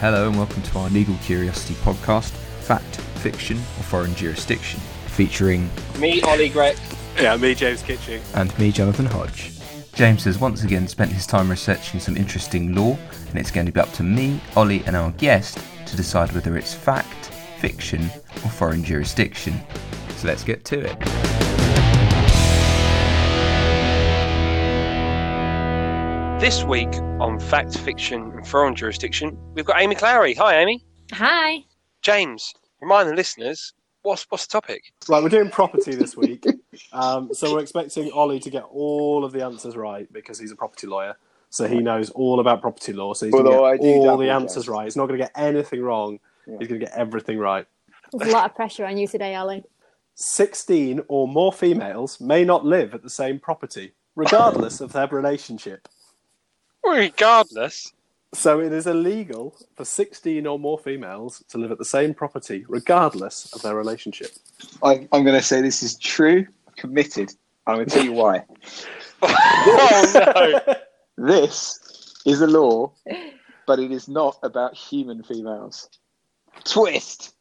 Hello and welcome to our Legal Curiosity podcast, Fact, Fiction or Foreign Jurisdiction, featuring Me, Ollie Greg. Yeah, me, James Kitching. and me, Jonathan Hodge. James has once again spent his time researching some interesting law, and it's going to be up to me, Ollie, and our guest to decide whether it's fact, fiction, or foreign jurisdiction. So let's get to it. This week on Fact, Fiction and Foreign Jurisdiction, we've got Amy Clary. Hi, Amy. Hi. James, remind the listeners, what's, what's the topic? Right, we're doing property this week. um, so we're expecting Ollie to get all of the answers right because he's a property lawyer. So he knows all about property law. So he's going to Although I get do all double the check. answers right. He's not going to get anything wrong. He's going to get everything right. There's a lot of pressure on you today, Ollie. 16 or more females may not live at the same property, regardless of their relationship. Regardless, So it is illegal for 16 or more females to live at the same property, regardless of their relationship. I, I'm going to say this is true, committed. I'm going to tell you why. oh no! This is a law, but it is not about human females. Twist.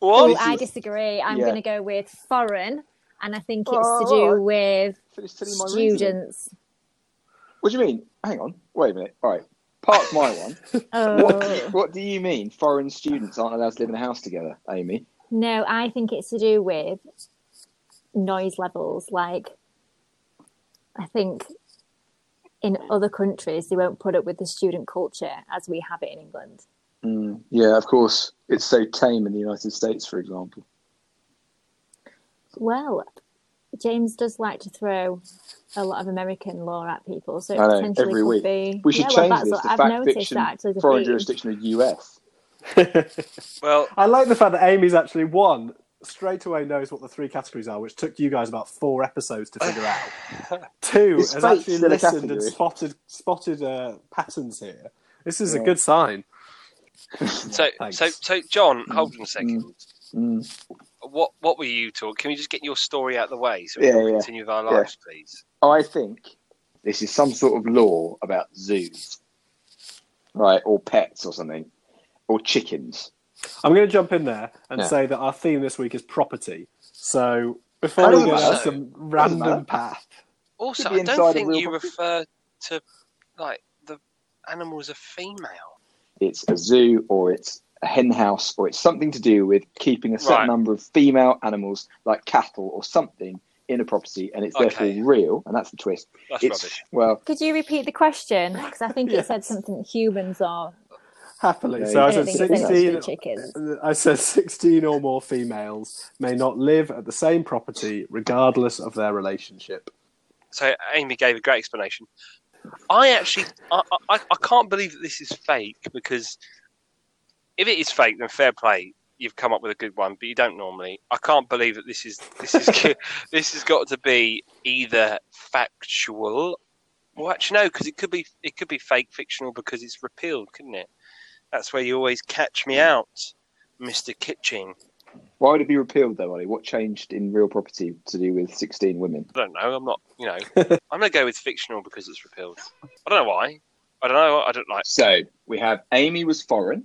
Oh, What? this I is- disagree. I'm Yeah. going to go with foreign, and I think it's Oh, to do alright. with Finish telling my reasoning. students. What do you mean? Hang on. Wait a minute. All right. Park my one. What do, you, Oh. what do you mean foreign students aren't allowed to live in a house together, Amy? no, I think it's to do with noise levels. Like, I think in other countries, they won't put up with the student culture as we have it in England. Mm, yeah, of course. It's so tame in the United States, for example. Well, James does like to throw a lot of American law at people, so it I know, potentially every could week. be. We should Yeah, well, change that's this what to I've fact noticed fiction, that actually is a foreign theme. jurisdiction of US. Well, I like the fact that Amy's actually won straight away knows what the three categories are, which took you guys about four episodes to figure out. Two Is has fate actually still a listened and category? spotted spotted uh, patterns here. This is Yeah. a good sign. so, thanks. so, so, John, hold on a second. Mm. What, what were you talking? Can we just get your story out of the way so we Yeah, can yeah. continue with our Yeah. lives, please? I think this is some sort of law about zoos, right? Or pets or something, or chickens. I'm going to jump in there and Yeah. say that our theme this week is property. So before That we doesn't go down matter. some matter. random path, Also, Could be I inside don't a think real you property. refer to like the animal as a female. It's a zoo or it's a hen house or it's something to do with keeping a certain Right. number of female animals, like cattle or something, in a property, and it's Okay. therefore real. And that's the twist. That's it's rubbish. well, Could you repeat the question? Because I think it Yes. said something humans are. happily. Yeah, so I I don't said think it said sixteen. it's chickens. I said 16 or more females may not live at the same property regardless of their relationship. So Amy gave a great explanation. I actually, I, I, I can't believe that this is fake because if it is fake, then fair play. You've come up with a good one, but you don't normally. I can't believe that this is this is this has got to be either factual, or actually no, because it could be it could be fake fictional because it's repealed, couldn't it? That's where you always catch me out, Mister Kitching. why would it be repealed though, Ollie? What changed in real property to do with sixteen women? I don't know. I'm not. You know, I'm gonna go with fictional because it's repealed. I don't know why. I don't know. I don't like. So we have Amy was foreign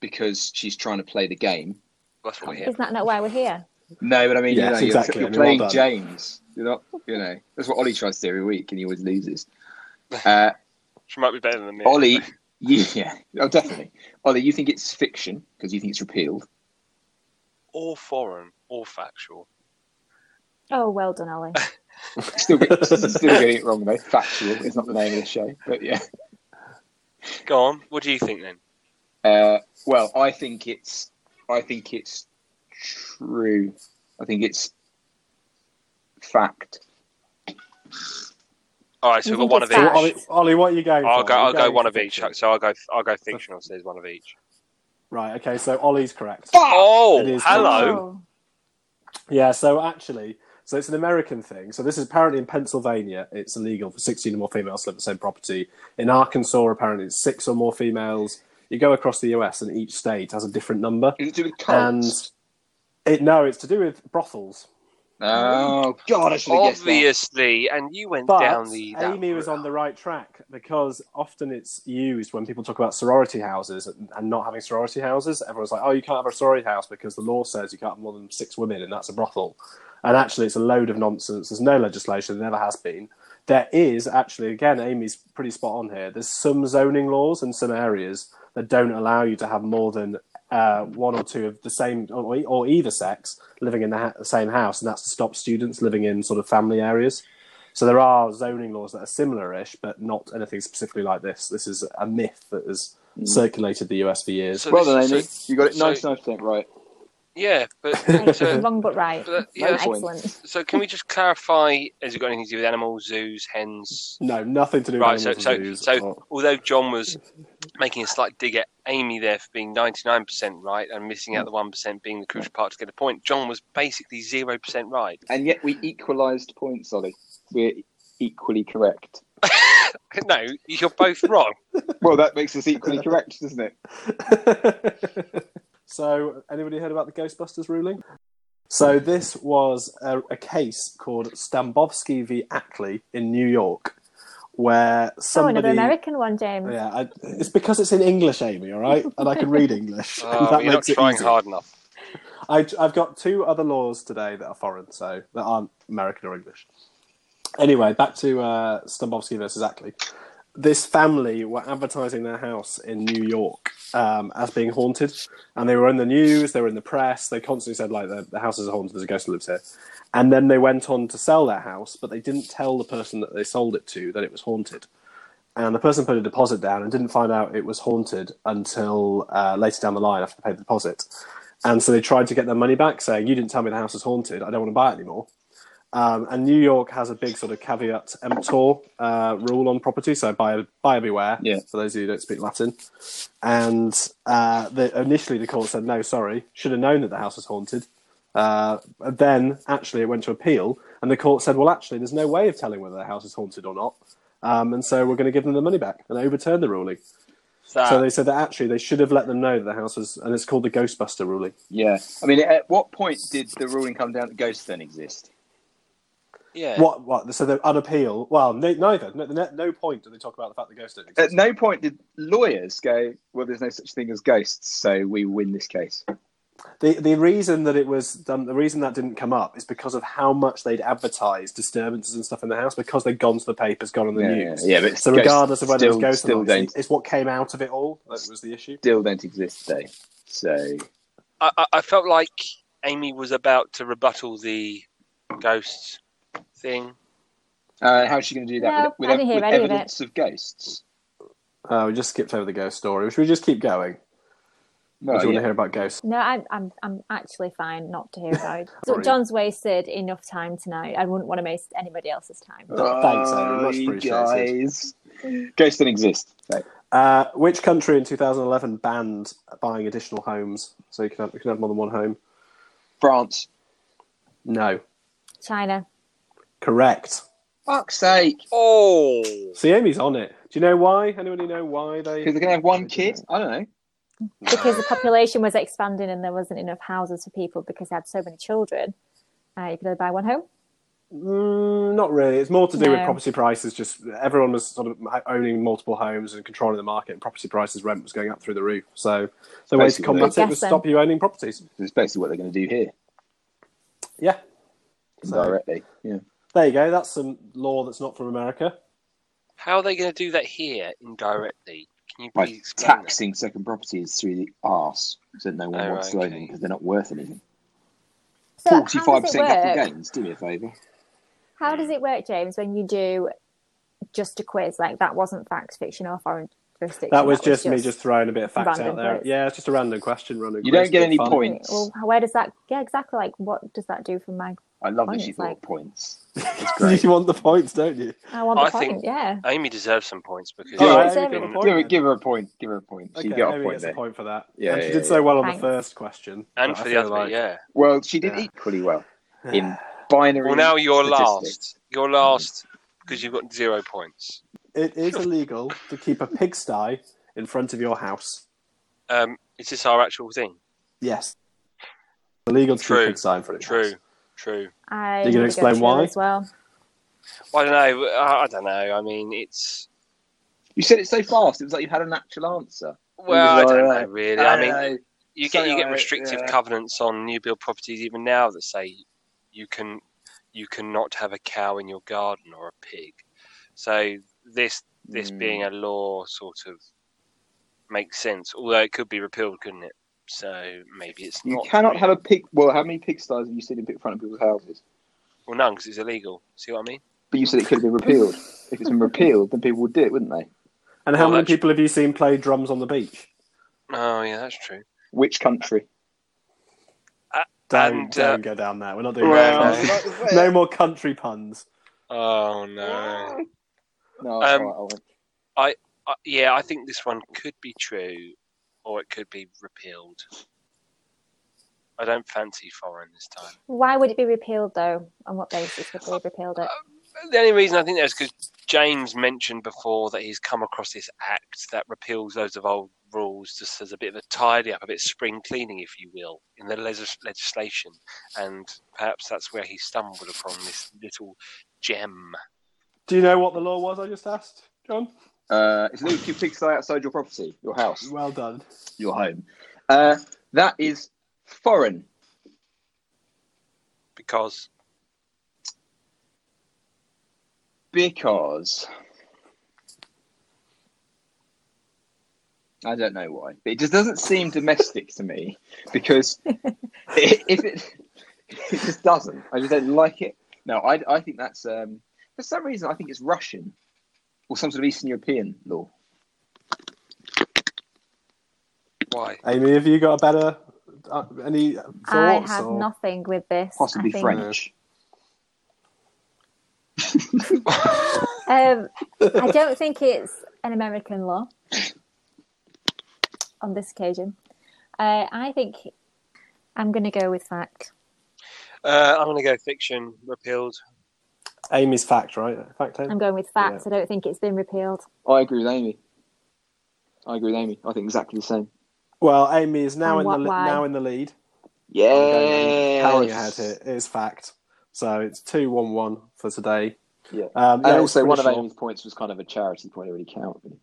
because she's trying to play the game. That's what we hear. Isn't that not why we're here? No, but I mean, Yes, you know, exactly. you're, I you're mean, well playing done. James. You're not, you know, that's what Ollie tries to do every week, and he always loses. Uh, She might be better than me. Ollie, you, yeah, oh, definitely. Ollie, you think it's fiction because you think it's repealed. All foreign, all factual. Oh, well done, Ollie. Still, get, still getting it wrong though. Factual is not the name of the show, but yeah. Go on. What do you think then? Uh, well, I think it's, I think it's true. I think it's fact. All right, so You we've got think one of it's each. fact? Ollie, Ollie, what are you going I'll for? go. You're I'll go going one for of each. fiction. So I'll go. I'll go fictional. So there's one of each. Right, okay, so Ollie's correct. It Oh, is hello. Yeah, so actually, so it's an American thing. So this is apparently in Pennsylvania, it's illegal for 16 or more females to live at the same property. In Arkansas, apparently, it's six or more females. You go across the US, and each state has a different number. Is it to do with And cults? it no, it's to do with brothels. Oh God, I should have guessed that. Obviously, and you went But down the. that Amy was route. on the right track because often it's used when people talk about sorority houses and, and not having sorority houses. Everyone's like, "Oh, you can't have a sorority house because the law says you can't have more than six women, and that's a brothel." And actually, it's a load of nonsense. There's no legislation. There never has been. There is actually, again, Amy's pretty spot on here. There's some zoning laws in some areas that don't allow you to have more than uh, one or two of the same or, or either sex living in the ha- same house, and that's to stop students living in sort of family areas. So there are zoning laws that are similar-ish, but not anything specifically like this. This is a myth that has circulated the US for years. Mm. So Well this- done, Amy. so- You got it so- ninety-nine percent right. Yeah, but Right, so, wrong but right. but, yeah, Right, that's- excellent. so can we just clarify? Has it got anything to do with animals, zoos, hens? No, nothing to do Right. with So, animals and Oh. so, zoos. so although John was making a slight dig at Amy there for being ninety-nine percent right and missing out the one percent being the crucial part to get a point, John was basically zero percent right. And yet we equalised points, Ollie. We're equally correct. No, you're both wrong. Well, that makes us equally correct, doesn't it? So, anybody heard about the Ghostbusters ruling? So, this was a, a case called Stambovsky v. Ackley in New York, where somebody. Oh, Oh, another American one, James. Yeah, I, it's because it's in English, Amy. All right, and I can read English. Oh, that you're not makes it trying easy. hard enough. I, I've got two other laws today that are foreign, so that aren't American or English. Anyway, back to uh, Stambovsky versus Ackley. This family were advertising their house in New York um, as being haunted, and they were in the news, they were in the press, they constantly said, like, the, the house is haunted, there's a ghost that lives here. And then they went on to sell their house, but they didn't tell the person that they sold it to that it was haunted. And the person put a deposit down and didn't find out it was haunted until uh, later down the line after they paid the deposit. And so they tried to get their money back, saying, You didn't tell me the house is haunted. I don't want to buy it anymore. Um, and New York has a big sort of caveat emptor uh, rule on property, so buyer, buyer beware, Yeah. for those of you who don't speak Latin. And uh, the, initially the court said, No, sorry, should have known that the house was haunted. Uh, but then actually it went to appeal, and the court said, Well, actually, there's no way of telling whether the house is haunted or not. Um, and so we're going to give them the money back. And they overturned the ruling. That- So they said that actually they should have let them know that the house was, and it's called the Ghostbuster ruling. Yeah. I mean, at what point did the ruling come down that ghosts don't exist? yeah. What? What? So the on appeal? Well, no, neither. No, no, no point do they talk about the fact that ghosts don't At exist. no point did lawyers go, "Well, there's no such thing as ghosts, so we win this case." Uh, The the reason that it was done, the reason that didn't come up, is because of how much they'd advertised disturbances and stuff in the house because they'd gone to the papers, gone on the Yeah, news. yeah, yeah, but so ghosts regardless of whether it still- was ghosts still or not, it's, don't. it's what came out of it all that was the issue. Still don't exist today. So I, I- I felt like Amy was about to rebuttal the ghost thing. Uh, how's she going to do that No, with, I with, didn't hear with any of it. evidence of, ghosts? Uh, we just skipped over the ghost story. Should we just keep going? Or do you No, Oh, yeah. want to hear about ghosts? No, I'm, I'm, I'm actually fine not to hear about it. So Sorry. John's wasted enough time tonight. I wouldn't want to waste anybody else's time. Thanks, Aaron. Much you appreciated. guys. Ghosts don't exist. Right. Uh, which country in 2011 banned buying additional homes so you can have, you can have more than one home? France. No, China. correct. Fuck's sake. Oh, See, Amy's on it. Do you know why? Anybody know why they? Because they're going to have one kid? I don't know. Because the population was expanding and there wasn't enough houses for people because they had so many children. Uh, you could only buy one home. Mm, not really. It's more to do with No. property prices. Just everyone was sort of owning multiple homes and controlling the market, and property prices, rent was going up through the roof. So the way to Basically, combat they're it was guessing. stop you owning properties. It's basically what they're going to do here Yeah, so directly. Yeah. there you go. That's some law that's not from America. how are they going to do that here indirectly? Can you By please explain? that? taxing second properties through the arse so that no one Oh, wants okay. to own them because they're not worth anything. So how does it 45% work? capital gains. Do me a favour. How does it work, James, when you do just a quiz? Like that wasn't fact, fiction, or foreign jurisdiction. That was just me just throwing a bit of facts random out there. quiz. Yeah, it's just a random question. Random You quiz, don't get bit of any fun. points. Well, where does that? Yeah, exactly. Like, what does that do for my? I love that Points, she thought like- of points. you want the points, don't you? I want the I point. think- Yeah. Amy deserves some points because All right, she's Amy been- got a point. Give her, then. give her a point. Give her a point. She Okay, got a Amy point gets there. a point for that. Yeah, and she yeah, did yeah. so well on Thanks. the first question. and but I for the feel other like- bit, yeah. Well, she did Yeah. equally well in binary. Well, now you're statistics. last. You're last because you've got zero points. It is illegal to keep a pigsty in front of your house. Um, is this our actual thing? Yes. Illegal to keep True. a pigsty in front of your True. house. True. I You had gonna go explain through why? as well. Well, I don't know. I I don't know. I mean, it's You said it so fast. It was like you had an actual answer. well, I It was don't like, know really. I mean, know. you get you Sorry, get I- restrictive yeah. covenants on new build properties even now that say you can you cannot have a cow in your garden or a pig. So this this Hmm. being a law sort of makes sense, although it could be repealed, couldn't it? So maybe it's you not. cannot have a pig. Well, how many pigsties have you seen in pit- front of people's houses? well, no, because it's illegal. See what I mean? But you said it could have been repealed. if it's been repealed, then people would do it, wouldn't they? And how Well, many that's- people have you seen play drums on the beach? Oh yeah, that's true. Which country? Don't, And, uh, don't go down there. We're not doing Well, that. no more country puns. Oh no. no. Um, all right, all right. uh, yeah, I think this one could be true, or it could be repealed. I don't fancy foreign this time. Why would it be repealed though? On what basis would they have repealed it? The only reason I think that's because James mentioned before that he's come across this act that repeals loads of old rules, just as a bit of a tidy up, a bit of spring cleaning, if you will, in the legis- legislation, and perhaps that's where he stumbled upon this little gem. Do you know what the law was? I just asked, John. Uh, it's a little cute pigsty outside your property, your house, Well done. your home. Uh, that is foreign. Because because I don't know why, but it just doesn't seem domestic to me because i- if it it just doesn't, I just don't like it. No, I, I think that's um, for some reason I think it's Russian or some sort of Eastern European law. why? Amy, have you got a better uh, any thoughts? I have or- nothing with this. possibly I think. French. Um, I don't think it's an American law on this occasion. Uh, I think I'm going to go with fact. Uh, I'm going to go fiction repealed. Amy's fact, right? Fact. eh? Amy? I'm going with fact. I don't think it's been repealed. I agree with Amy. I agree with Amy. I think exactly the same. Well, Amy is now And in the what- li- why? now in the lead. Yeah, Powering ahead here is fact. So it's two one one for today. Yeah. Um, And yeah, it's also, pretty one of short. Amy's points was kind of a charity point. It really count. really.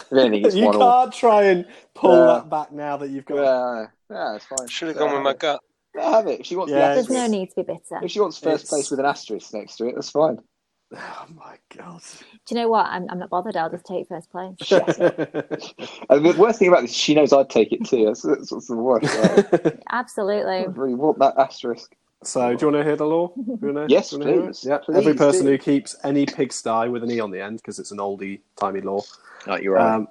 If anything, it's You one can't all. try and pull Yeah. that back now that you've got. Yeah, yeah, it's fine. Should have gone with my gut. my. Have it. If she wants Uh, Yeah, the There's asterisk. no need to be bitter. If she wants first It's- place with an asterisk next to it, that's fine. Oh my god. Do you know what? I'm, I'm not bothered. I'll just take first place. And the worst thing about this, she knows I'd take it too. That's, that's what's the worst. Right? I Absolutely. really want that asterisk. so, do you want to hear the law? Do you wanna- Yes, do you wanna hear it? please. Yeah. Please Every person do. who keeps any pigsty with an e on the end, because it's an oldie timey law, No, you're um,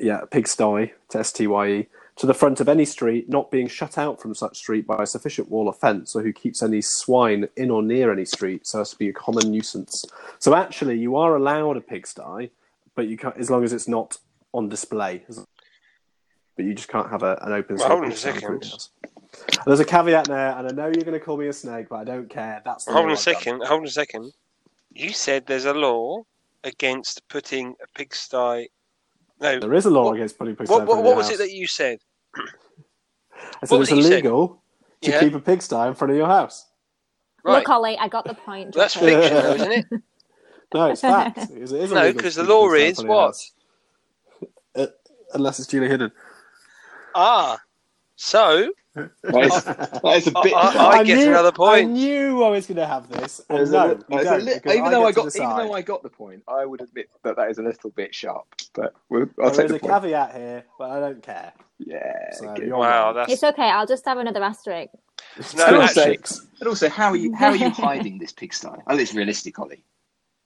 yeah, pigsty, to S-T-Y-E, E. to the front of any street, not being shut out from such street by a sufficient wall or fence, or who keeps any swine in or near any street, so as to be a common nuisance. So actually, you are allowed a pigsty, but you can't, as long as it's not on display. As- But you just can't have a, an open. Well, sort of hold on a pigsty in front of second. your house. And There's a caveat there, and I know you're going to call me a snake, but I don't care. That's the Hold on law a I've done. second. Hold on a second. You said there's a law against putting a pigsty. No. There is a law What- against putting pigsty. in What, front what, of what your was it house. that you said? I said what it's was it you said? illegal to Yeah. keep a pigsty in front of your house. Right. Look, Ollie, I got the point. That's Drop it. fiction, though, isn't it? No, it's fact. It is, it is No, illegal 'cause to the keep a law pigsty in is front of your what? house. Uh, unless it's duly hidden. Ah. So right. That is a bit. I- I- get another point. I knew I was going to have this. that And is no, a you li- that is a don't, li- because even though get I to got, even decide. though I got the point, I would admit that that is a little bit sharp. But we'll, I'll there take is the a point. caveat here, but I don't care. yeah. So good. you're wow, right. that's It's okay. I'll just have another asterisk. no. Still Actually, safe. And also, how are you? How are you hiding this pigsty? I think it's realistic, Ollie.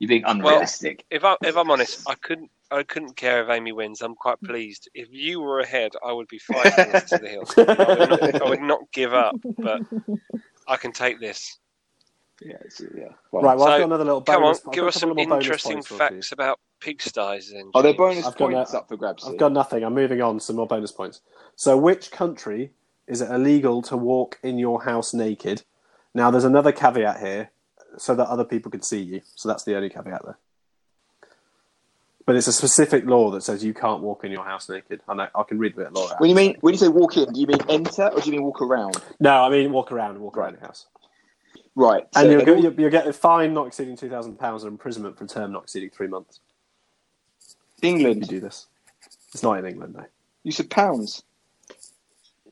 You're being unrealistic. if I if I'm honest, I couldn't I couldn't care if Amy wins. I'm quite pleased. If you were ahead, I would be fighting this to the hill. I would, not, I would not give up, but I can take this. yeah, it's, yeah. Right, well, So, I've got another little bonus. Come on, I've got give a us couple some more bonus interesting points for you. facts about pigsties. Then, Are there James. bonus I've got points no- up for grabs? I've here? got nothing. I'm moving on. Some more bonus points. So, which country is it illegal to walk in your house naked? Now, there's another caveat here, so that other people can see you. So that's the only caveat there. But it's a specific law that says you can't walk in your house naked. I know, I can read a bit of law. out. When you mean when you say walk in, do you mean enter or do you mean walk around? No, I mean walk around, walk around the house. Right. so and you're, they'd go- all- you're, you're getting fined not exceeding two thousand pounds and imprisonment for a term not exceeding three months. If England. you do this, it's not in England though. You said pounds.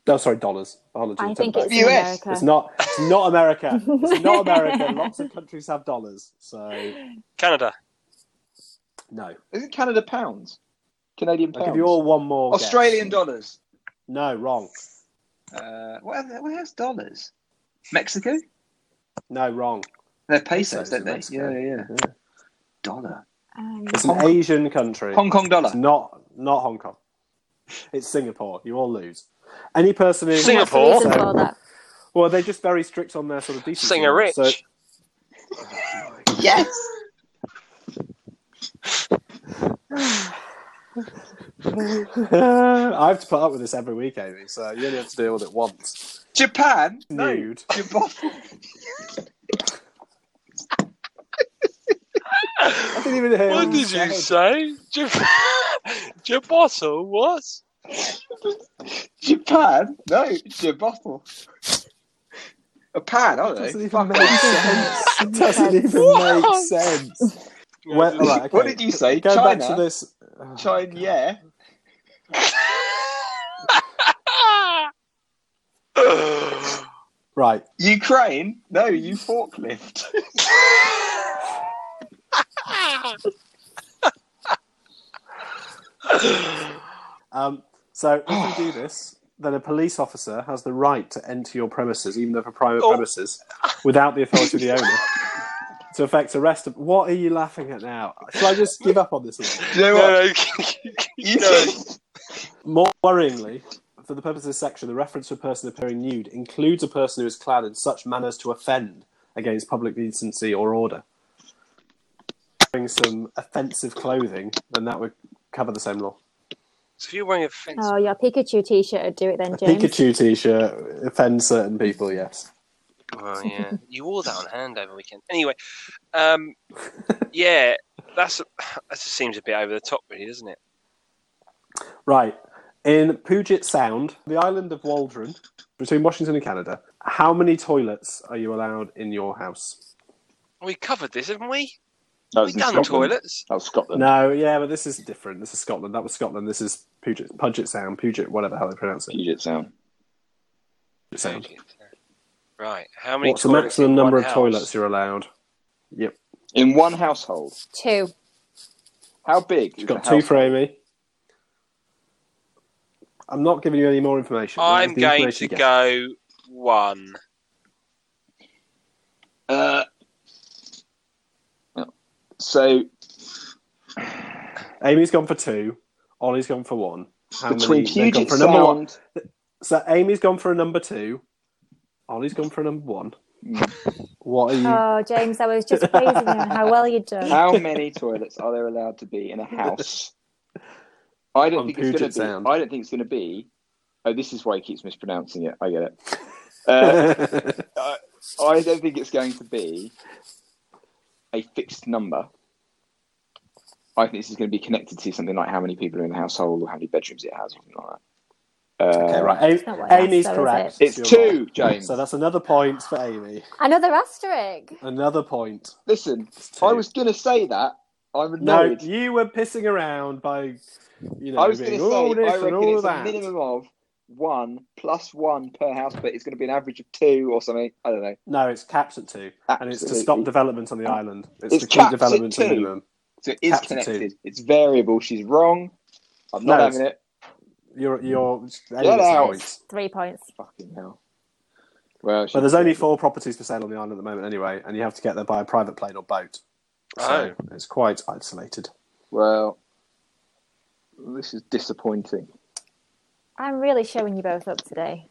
No, sorry, dollars. Apology, I take think it back. it's US. in America. It's not. It's not America. It's not America. Lots of countries have dollars, so Canada. no. Isn't Canada pounds? Canadian I'll pounds. give you all one more. guess. Australian dollars. No, wrong. Uh, where, where's dollars? Mexico? No, wrong. They're Pesos pesos, don't in they? Mexico. Yeah, yeah, Yeah. Dollar. Um, It's an Hong- Asian country. Hong Kong dollar. It's not not Hong Kong. It's Singapore. You all lose. Any person in what's the Singapore. reason for that? Well, they're just very strict on their sort of decency. Singer Rich. So, Yes. I have to put up with this every week, Amy. So you only have to deal with it once. Japan. No. Nude. Japan. I didn't even hear. What did you say? Jabosso was? Japan. No. Jabottle. A pan. I don't know. Doesn't even Fuck make off. sense. Doesn't even make What? sense. Well, all right, okay. What did you say? Go China. back to this. oh, China. Yeah. Right. Ukraine. No. You forklift. Um, so if you do this, then a police officer has the right to enter your premises, even though for private Oh. premises, without the authority of the owner, to effect arrest. Of, what are you laughing at now? Shall I just give up on this? One? Do you know no, what? no. You No. More worryingly, for the purpose of this section, the reference to a person appearing nude includes a person who is clad in such manners to offend against public decency or order. Wearing some offensive clothing, then that would cover the same law. So if you're wearing a fence, Oh, your Pikachu T-shirt would do it then, A James. Pikachu t-shirt offends certain people, yes. oh yeah, you wore that on hand over the weekend. Anyway, um, yeah, that's that just seems a bit over the top, really, doesn't it? Right. In Puget Sound, the island of Waldron, between Washington and Canada, how many toilets are you allowed in your house? We covered this, haven't we? That We done toilets. That was Scotland. No, yeah, but this is different. This is Scotland. That was Scotland. This is Puget, Puget Sound, Puget, whatever the hell they pronounce it. Puget Sound. Puget Sound. Right. How many? What's the toilets maximum in one number of house? toilets you're allowed? Yep. In one household. Two. How big? You've is got the two house? for Amy. I'm not giving you any more information. That I'm is the going information to you get. go one. Uh, so Amy's gone for two. Ollie's gone for one. How between many? They've gone Puget for a number one. Sound, So Amy's gone for a number two. Ollie's gone for a number one. What are you? Oh, James, I was just praising you on how well you've done. how many toilets are there allowed to be in a house? I don't On think it's Puget going to be. Sound. I don't think it's going to be. Oh, this is why he keeps mispronouncing it. I get it. Uh, I don't think it's going to be a fixed number. I think this is going to be connected to something like how many people are in the household or how many bedrooms it has, or something like that. Uh, okay, not right. what A- Amy's I asked, though, is correct. It's You're two, right. James. So that's another point for Amy. Another asterisk. Another point. Listen, two. I was going to say that. I'm No, annoyed. you were pissing around by, you know, I was going to being say, all this I and reckon all it's that. a minimum of one plus one per house, but it's going to be an average of two or something. I don't know. No, it's capped at two, and it's to Absolutely. Um, stop development on the island. It's, It's to keep capped at development to a two. minimum. So it is Capped at two. connected. It's variable. She's wrong. I'm not No, having it. You're, you're Amy Get gets the out. points. Three points. Fucking hell. Well, she- But there's only four properties for sale on the island at the moment, anyway, and you have to get there by a private plane or boat. So it's quite isolated. Well, this is disappointing. I'm really showing you both up today.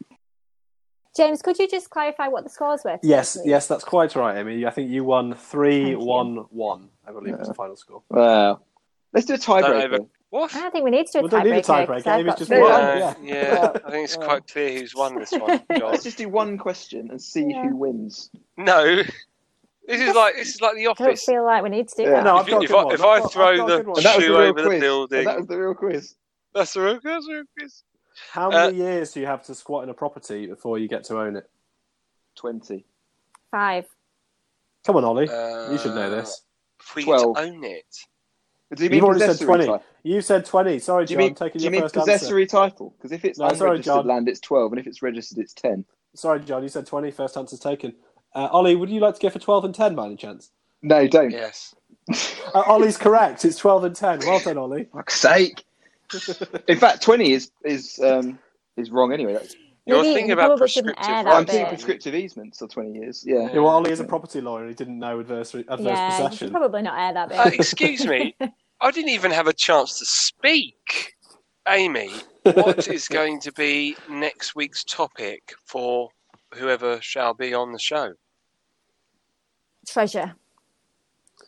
James, could you just clarify what the scores were? today, Yes, please? yes, that's quite right, Amy. I think you won three, Thank you. one, one. I believe was the final score. Well, let's do a Don't tiebreaker. over- What? I don't think we need to do a We don't need a tiebreaker. 'cause tiebreaker, I've it was got just three. one. Yeah, Yeah. yeah. I think it's quite clear who's won this one. John. Let's just do one question and see Yeah. who wins. No, this is like this is like the I don't office. feel like we need to do Yeah. that. No, If, I've got a if good I, one. if I've I got- I've throw got a good the one. And that was shoe the real over the quiz. building, And that was the real quiz. that's the real that's the real quiz. How Uh, many years do you have to squat in a property before you get to own it? Twenty. Five. Come on, Ollie. Uh, you should know this. If we 12. to own it. Do you You've already said possessory 20. title? You said 20. Sorry, Do you John. mean, taking do your you mean first answer. possessory title? Because if it's No, sorry, unregistered John. land, it's 12, and if it's registered, it's 10. Sorry, John. You said 20. First answer's taken. Uh, Ollie, would you like to go for 12 and 10 by any chance? No, don't. Yes. Uh, Ollie's correct. It's 12 and 10. Well done, Ollie. Fuck's sake. In fact, 20 is is um, is wrong anyway. That's, You're Maybe thinking we about probably shouldn't prescriptive air That that I'm rights, thinking bit. aren't prescriptive easements are 20 years. Yeah. Yeah, well, Ollie is a property lawyer and he didn't know adverse, adverse Yeah, you should possession. probably not air that bit. Uh, excuse me. I didn't even have a chance to speak. Amy, what is going to be next week's topic for whoever shall be on the show? Treasure.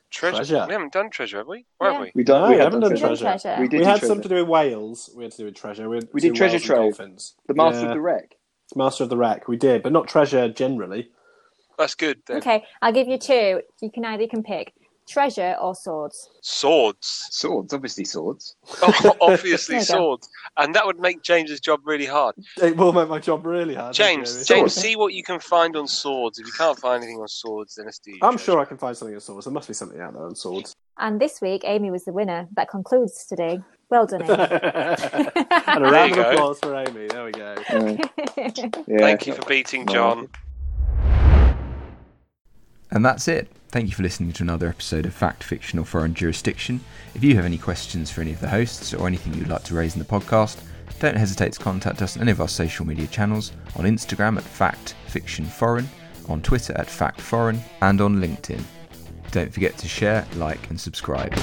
Treasure. Treasure. We haven't done treasure, have we? Or have we? We don't. No, we we have haven't done done treasure. treasure. treasure. We We, did do had treasure. some to do with Wales. We had to do with treasure. We, had We two did Treasure Wales and Trove. Dolphins. The Master Yeah, of the Wreck. Master of the Wreck. We did, but not treasure generally. That's good then. Okay, I'll give you two. You can either you can pick treasure or swords. Swords. Swords, obviously swords. Oh, obviously There you go. swords. And that would make James's job really hard. It will make my job really hard. thank you, James, Amy. James, see what you can find on swords. If you can't find anything on swords, then let's do. I'm sure I can find something on swords. There must be something out there on swords. And this week, Amy was the winner. That concludes today. Well done, and Amy. a you round of go. applause for Amy. There we go. Yeah. Yeah. Thank you for beating John. And that's it. Thank you for listening to another episode of Fact, Fiction or Foreign Jurisdiction. If you have any questions for any of the hosts or anything you'd like to raise in the podcast, don't hesitate to contact us on any of our social media channels on Instagram at Fact Fiction Foreign, on Twitter at Fact Foreign, and on LinkedIn. Don't forget to share, like, and subscribe.